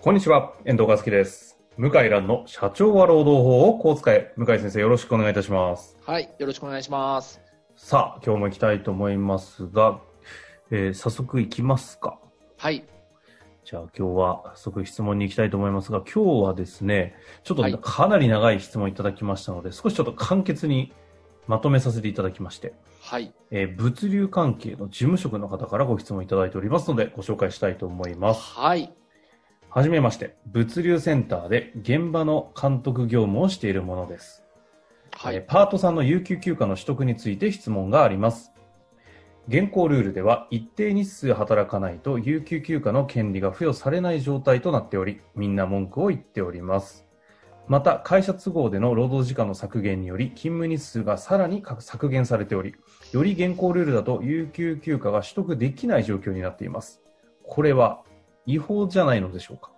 こんにちは、遠藤和樹です。向井蘭の社長は労働法をこう使え。向井先生、よろしくお願いいたします。はい、よろしくお願いします。さあ、今日も行きたいと思いますが、えー早速行きますか。はい、じゃあ今日は早速質問に行きたいと思いますが、今日はですね、ちょっはいとかなり長い質問いただきましたので、少しちょっと簡潔にまとめさせていただきまして、はい、えー物流関係の事務職の方からご質問いただいておりますので、ご紹介したいと思います。はい、はじめまして、物流センターで現場の監督業務をしているものです。はえーい、パートさんの有給休暇の取得について質問があります。現行ルールでは一定日数働かないと有給休暇の権利が付与されない状態となっており、みんな文句を言っております。また、会社都合での労働時間の削減により、勤務日数がさらに削減されており、より現行ルールだと有給休暇が取得できない状況になっています。これは違法じゃないのでしょうか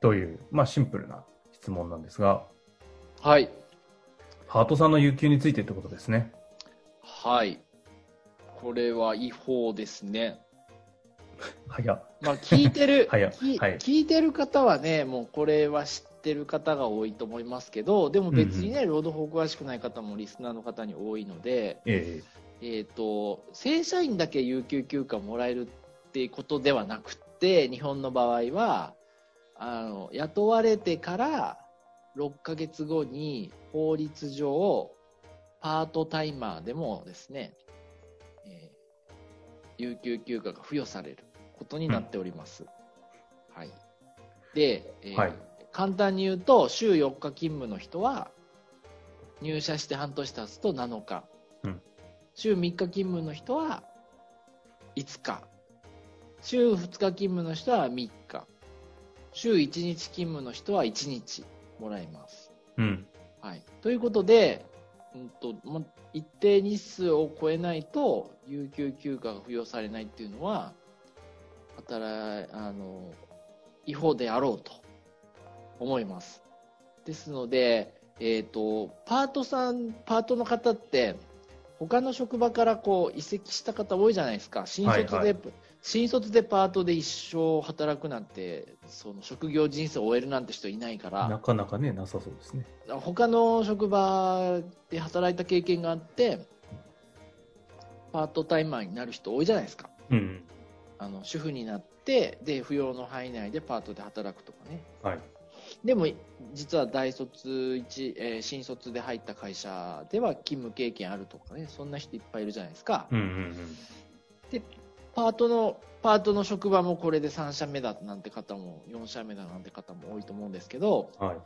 という、まあシンプルな質問なんですが、はい、パートさんの有給についてってことですね。はい。これは違法ですね。早っ。、まあ、聞いてる早っ きはい聞いてる方はね、もうこれは知ってる方が多いと思いますけど、でも別にね、労働法詳しくない方もリスナーの方に多いので、ええっ、と、正社員だけ有給休暇もらえるってことではなくて、日本の場合は、あの、雇われてから6ヶ月後に法律上、パートタイマーでもですね、えー有給休暇が付与されることになっております。はい。で、えーはい簡単に言うと、週4日勤務の人は、入社して半年経つと7日。うん週3日勤務の人は5日。週2日勤務の人は3日。週1日勤務の人は1日もらえます。えうん。はい、ということで、うんとま、一定日数を超えないと有給休暇が付与されないっていうのは働いあの違法であろうと思います。ですので、えー、とパートさんパートの方って他の職場からこう移籍した方多いじゃないですか新卒で、はいはい新卒でパートで一生働くなんてその職業人生を終えるなんて人いないから。なかなかね、なさそうですね。他の職場で働いた経験があってパートタイマーになる人多いじゃないですかうん。あの主婦になってで扶養の範囲内でパートで働くとかねはい。でも実は大卒一、えー新卒で入った会社では勤務経験あるとかねそんな人いっぱいいるじゃないですか、うんうんパートのパートの職場もこれで3社目だなんて方も4社目だなんて方も多いと思うんですけど、うん。はい。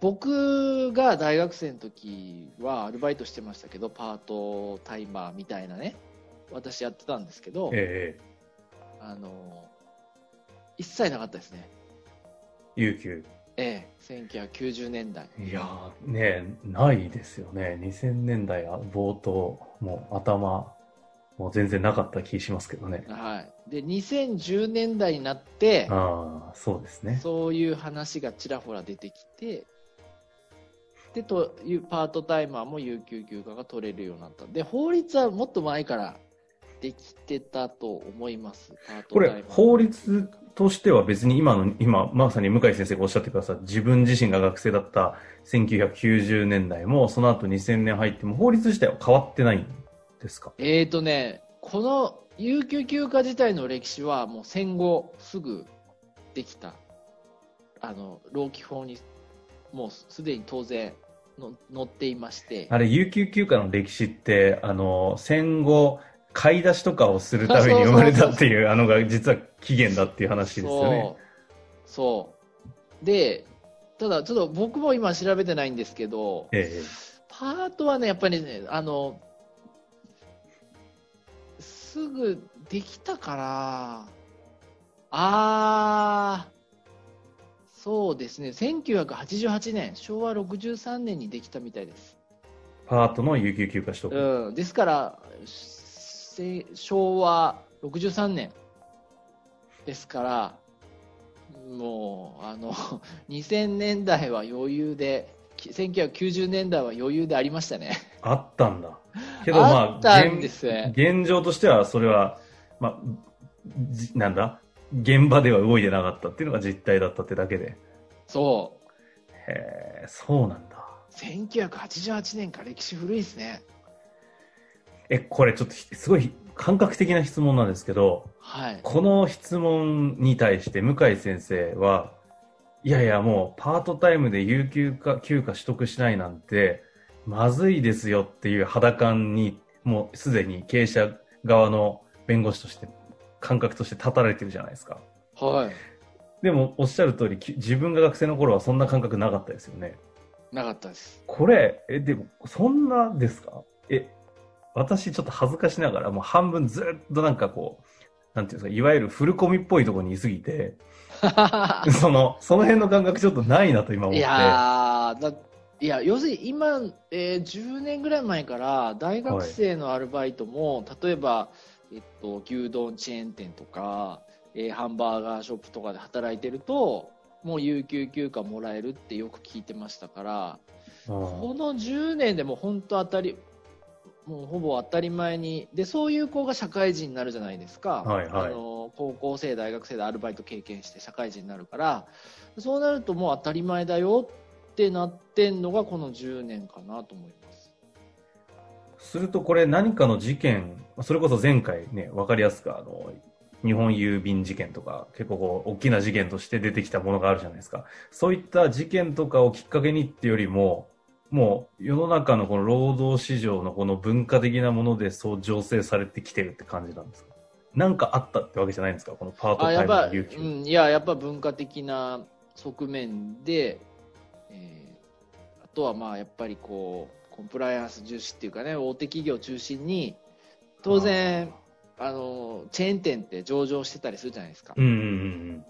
僕が大学生の時はアルバイトしてましたけどパートタイマーみたいなね私やってたんですけど、ええあの一切なかったですね有給。ええ1990年代いやー、ねえないですよね。2000年代は冒頭、もう頭、もう全然なかった気しますけどね。はいで2010年代になってああ、そうですね。そういう話がちらほら出てきてでというパートタイマーも有給休暇が取れるようになったで法律はもっと前からできてたと思いますパートこタイマーれ、法律としては別に今の、今、まさに向井先生がおっしゃってくださった、自分自身が学生だった1990年代も、その後2000年入っても、法律自体は変わってないんですかえーとね、この有給休暇自体の歴史はもう戦後すぐできた、あの、労基法にもうすでに当然の載っていまして、あれ、有給休暇の歴史って、あの、戦後、買い出しとかをするために生まれたっていう、あのが実は起源だっていう話ですよね。そう、そう。で、ただちょっと僕も今調べてないんですけど、えパートはね、やっぱりね、あの、すぐできたから、あー、そうですね、1988年、昭和63年にできたみたいです。パートの有給休暇取得。うん、ですから、せ昭和63年ですから、もう、あの、2000年代は余裕で、き1990年代は余裕でありましたね。あったんだ。けどまあ、あったんですね現現状としてはそれは、まあ、じなんだ現場では動いてなかったっていうのが実態だったってだけで。そう。へえ、そうなんだ。 1988年か歴史古いですねえ、これちょっとひすごい感覚的な質問なんですけど、はいこの質問に対して向井先生は、いやいやもうパートタイムで有給か休暇取得しないなんて、まずいですよっていう肌感に、もうすでに経営者側の弁護士として、感覚として立たれてるじゃないですか。はいでもおっしゃる通り、き自分が学生の頃はそんな感覚なかったですよね。なかっ たですこれ、え、でも、そんなですかえ、私ちょっと恥ずかしながら、もう半分ずっとなんかこう、なんていうんですか、いわゆるフルコミっぽいところにいすぎて、その、その辺の感覚ちょっとないなと今思っいて。やーだいや要するに今、えー10年ぐらい前から大学生のアルバイトも、例えば、えっと、牛丼チェーン店とか、えーハンバーガーショップとかで働いてるともう有給休暇もらえるってよく聞いてましたからうんこの10年でも本当当たりもうほぼ当たり前にでそういう子が社会人になるじゃないですか、はいはいあの高校生、大学生でアルバイト経験して社会人になるからそうなるともう当たり前だよってなってんのがこの10年かなと思います。するとこれ何かの事件、それこそ前回ね、わかりやすくあの、日本郵便事件とか、結構こう、大きな事件として出てきたものがあるじゃないですか。そういった事件とかをきっかけにってよりも、もう世の中のこの労働市場のこの文化的なものでそう醸成されてきてるって感じなんですかなんかあったってわけじゃないんですかこのパートあタイやっムぱ、のう有給。ん、いや、やっぱ文化的な側面で、えーあとはまあ、やっぱりこう、コンプライアンス重視っていうかね、大手企業中心に、当然、あの、チェーン店って上場してたりするじゃないですかう。んうんうん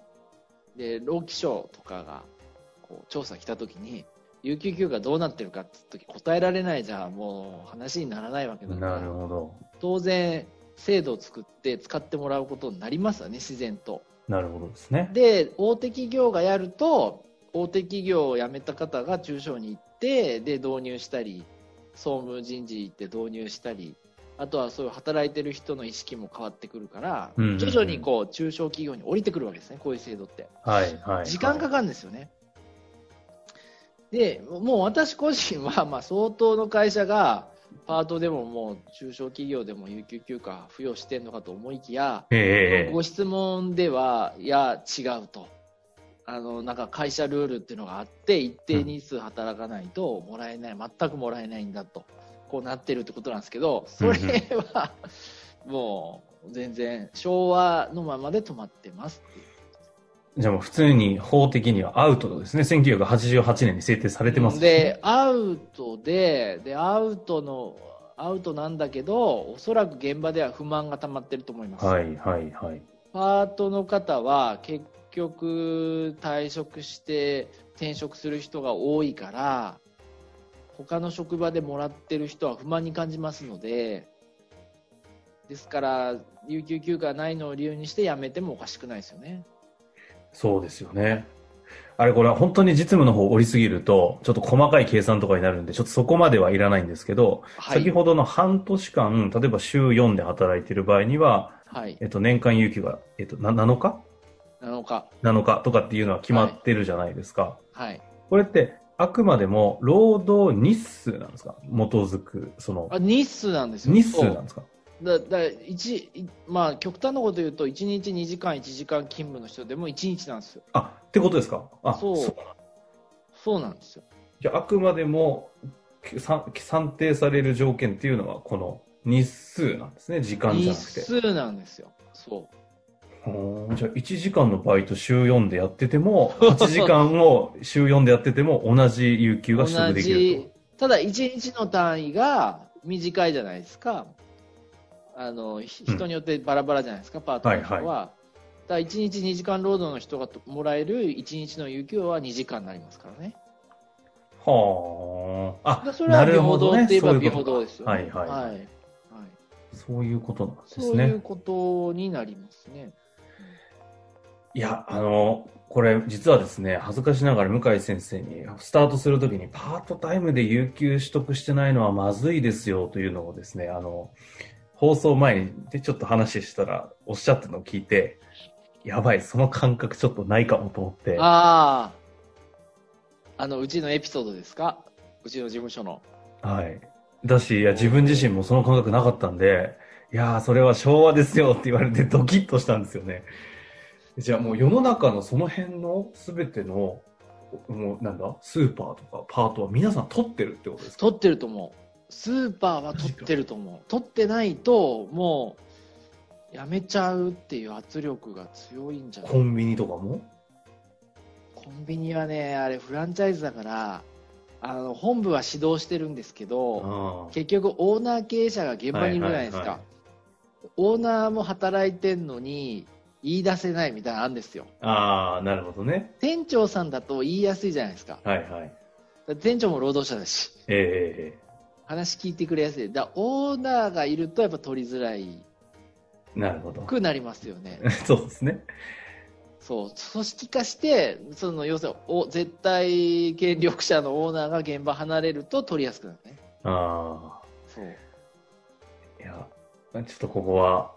で、労基省とかが、こう、調査来た時に、有給休暇どうなってるかって時答えられないじゃもう話にならないわけうだん。かなるら、ほど。当然、制度を作って使ってもらうことになりますよね、自然と。なるほどですね。で大手企業がやると大手企業を辞めた方が中小に行ってで導入したり総務人事行って導入したりあとはそういう働いてる人の意識も変わってくるから、うんうんうん徐々にこう中小企業に降りてくるわけですねこういう制度ってはいはい。時間かかるんですよね、でもう私個人はまあ相当の会社がパートでももう中小企業でも有給休暇付与してんのかと思いきや、ええええご質問では、いや、違うと。あの、なんか会社ルールっていうのがあって、一定日数働かないともらえない、全くもらえないんだと、こうなってるってことなんですけど、それは、もう、全然、昭和のままで止まってますっていう。じゃあもう普通に法的にはアウトですね。1988年に制定されてますしで、アウトで、で、アウトの、アウトなんだけど、おそらく現場では不満が溜まってると思います。はいはいはい。パートの方は結局退職して転職する人が多いから他の職場でもらってる人は不満に感じますのでですから有給休暇ないのを理由にして辞めてもおかしくないですよねそうですよね。あれこれは本当に実務の方を折りすぎると、ちょっと細かい計算とかになるんで、ちょっとそこまではいらないんですけど、はい先ほどの半年間、例えば週4で働いている場合には、はいえっと、年間有給が、えっと、な7日7日 ?7 日とかっていうのは決まってるじゃないですか。はいこれって、あくまでも労働日数なんですか基づく、その、あ日数なんですよ日数そなんうですかだだ一いまあ極端なこと言うと1日2時間1時間勤務の人でも1日なんですよあ、ってことですかあ、そうそうそうなんですよじゃあ、あくまでもけ算算定される条件っていうのは、この日数なんですね、時間じゃ日なくて。数なんですよそうほーじゃあ、1時間のバイト週4でやってても、8時間を 週4でやってても、同じ有給が取得同できるじただ1日の単位が短いじゃないですかあのひうん人によってバラバラじゃないですか、パートの人は。はいだから1日2時間労働の人がもらえる1日の有給は2時間になりますからね。はあ。あ、だからそれなはる平ほ等どっね。て言えそうばいう平こと等かですよね。はいはい。はいはいそういうことなんですそういね。うことになりますね。いや、あの、これ実はですね、恥ずかしながら向井先生にスタートするときにパートタイムで有給取得してないのはまずいですよというのをですね、あの、放送前でちょっと話したらおっしゃったのを聞いて、やばい、その感覚ちょっとないかもと思って、あああ、あの、うちのエピソードですかうちの事務所の。はい。だし、いや、自分自身もその感覚なかったんで、いやー、それは昭和ですよって言われてドキッとしたんですよね。じゃあもう世の中のその辺の全ての、もうなんだ、スーパーとかパートは皆さん取ってるってことですか取ってると思う。スーパーは取ってると思う。取ってないと、もう、やめちゃうっていう圧力が強いんじゃないコンビニとかもコンビニはね、あれフランチャイズだから、あの、本部は指導してるんですけど、あ結局オーナー経営者が現場にいるじゃないですか。はいはいはいオーナーも働いてんのに、言い出せないみたいなのあるんですよ。あー、なるほどね。店長さんだと言いやすいじゃないですか。だかはいはい。ら店長も労働者だし、ええ話聞いてくれやすい。だからオーナーがいるとやっぱ取りづらいええなるほど。 くなりますよね。そうですね。そう、組織化して、その要するにお絶対権力者のオーナーが現場離れると取りやすくなるね。あそう。あ、いや、ちょっとここは、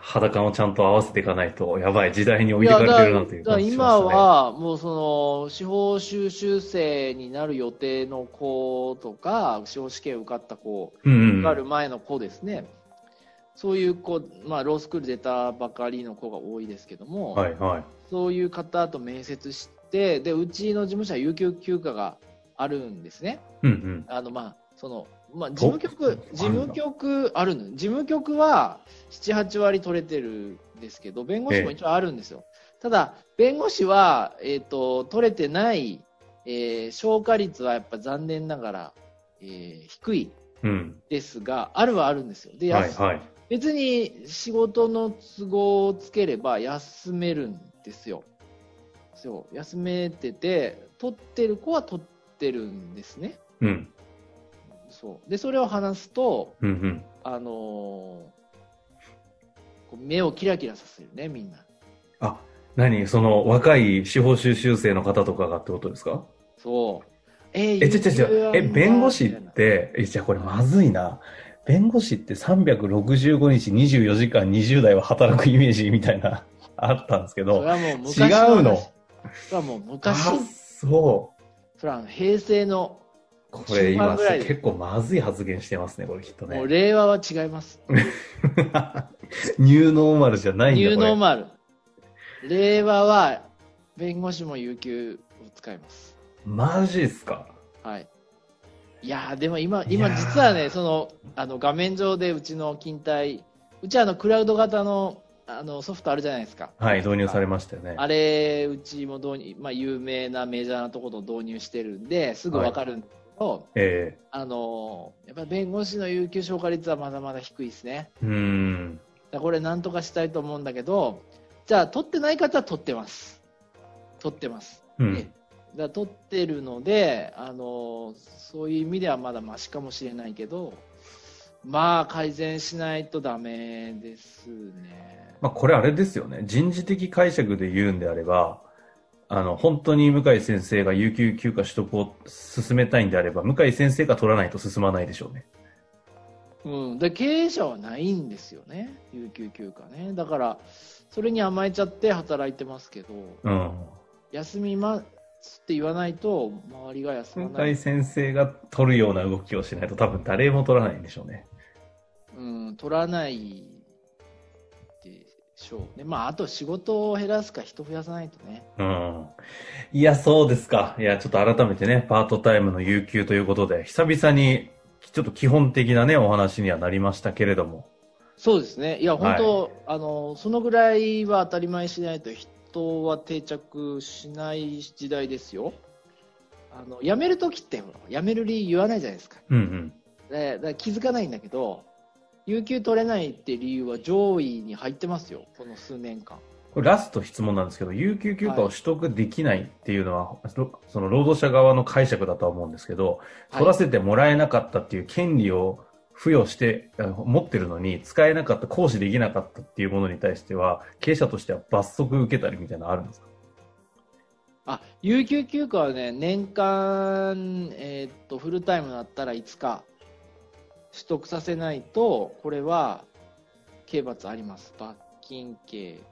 裸をちゃんと合わせていかないと、やばい時代に置いてかれてるなというだから感じしま今したね。はもうその司法修習生になる予定の子とか司法試験受かった子うんうん受かる前の子ですね、そういう子、まあ、ロースクール出たばかりの子が多いですけども、はいはい。そういう方と面接してでうちの事務所は有給休暇があるんですね。うんうん。あのまあそのまあ、事務ある局んだ、事務局あるの、事務局は7、8割取れてるんですけど、弁護士も一応あるんですよ。ただ、弁護士は、えっ、と、取れてない、えー消化率はやっぱ残念ながら、えー低いうん。ですが、あるはあるんですよ。で、はい休はい。別に仕事の都合をつければ休めるんですよ。そう、休めてて、取ってる子は取ってるんですね。うん。そうでそれを話すと、うんうん。あのーこう目をキラキラさせるね、みんな。あ、何その若い司法修習生の方とかがってことですかそう。ええ、ちょちょちょ有給は、え、弁護士っみたいなて、え、じゃあこれまずいな。弁護士って365日24時間20代は働くイメージみたいな、あったんですけそどれ。はもう昔違うの話それはもうあ、昔、そう。それはあの平成の、これ中今盤ぐらいで結構まずい発言してますね、これきっともね。う令和は違います。 ニューノーマルじゃないんだニューノール。マル。令和は弁護士も有給を使います。マジっすかはい。いやーでも今、い今やー実はね、その、あの画面上でうちの勤怠、うちはあのクラウド型のあのソフトあるじゃないですか。はい、導入されましたよね。あれ、うちも導入、まあ有名なメジャーなところと導入してるんで、すぐわかるんですけど、ええあのー、やっぱり弁護士の有給消化率はまだまだ低いですね。うーん。だからこれなんとかしたいと思うんだけど、じゃあ取ってない方は取ってます。取ってます。うえん。えだ取ってるので、あのそういう意味ではまだマシかもしれないけど、まあ改善しないとダメですね。まあ、これあれですよね。人事的解釈で言うんであれば、あの、本当に向井先生が有給休暇取得を進めたいんであれば、向井先生が取らないと進まないでしょうね。うん、で経営者はないんですよね、有給休暇ね。だから、それに甘えちゃって働いてますけど、うん。休みますって言わないと、周りが休まな向い、井先生が取るような動きをしないと多分誰も取らないんでしょうね。うん、取らないでしょうね。まあ、あと仕事を減らすか、人増やさないとね。うん。いや、そうですか。いや、ちょっと改めてね、パートタイムの有給ということで、久々に、ちょっと基本的なね、お話にはなりましたけれども。そうですね、いや、本当、あの、そのぐらいは当たり前にしないと、人は定着しない時代ですよ。あの辞めるときってほら、辞める理由言わないじゃないですか、うんうん。でだから気づかないんだけど、有給取れないって理由は上位に入ってますよ、この数年間。これラスト質問なんですけど、有給休暇を取得できないっていうのは、ろその労働者側の解釈だとは思うんですけど、取らせてもらえなかったっていう権利を付与して、あ持ってるのに、使えなかった、行使できなかったっていうものに対しては、経営者としては罰則受けたりみたいなのあるんですかあ、有給休暇はね、年間、えーっと、フルタイムだったら5日、取得させないと、これは、刑罰あります。罰金刑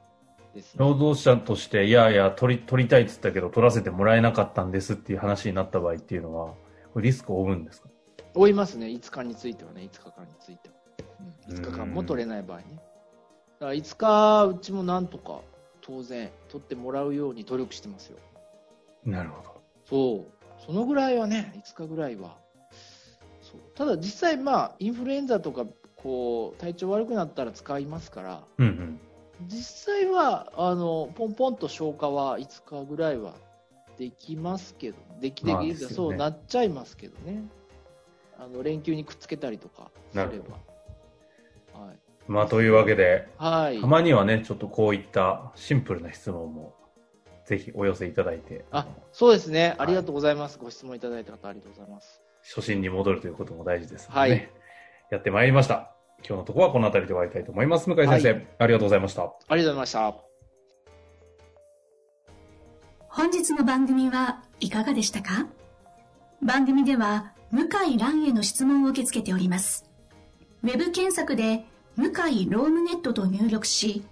ですね。労働者として、いやいや、取り、取りたいって言ったけど、取らせてもらえなかったんですっていう話になった場合っていうのは、これリスクを負うんですか追いますね、5日についてはね、5日間については。うんうん5日間も取れない場合ね。だから5日、うちもなんとか、当然、取ってもらうように努力してますよ。なるほど。そう。そのぐらいはね、5日ぐらいは。そうただ実際、まあ、インフルエンザとか、こう、体調悪くなったら使いますから、うんうん。実際は、あの、ポンポンと消化は5日ぐらいはできますけど、できでまあき、ですよねそうなっちゃいますけどね。あの、連休にくっつけたりとかすれなるば。はい。まあ、というわけで、はい。たまにはね、ちょっとこういったシンプルな質問も、ぜひお寄せいただいて、あ、そうですね。ありがとうございます。ご質問いただいた方、ありがとうございます。初心に戻るということも大事ですので、はいやってまいりました。今日のところはこの辺りで終わりたいと思います。向井先生、はありがとうございました。ありがとうございました。本日の番組はいかがでしたか番組では向井蘭への質問を受け付けております。ウェブ検索で向井ロームネットと入力し、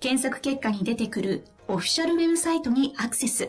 検索結果に出てくるオフィシャルウェブサイトにアクセス。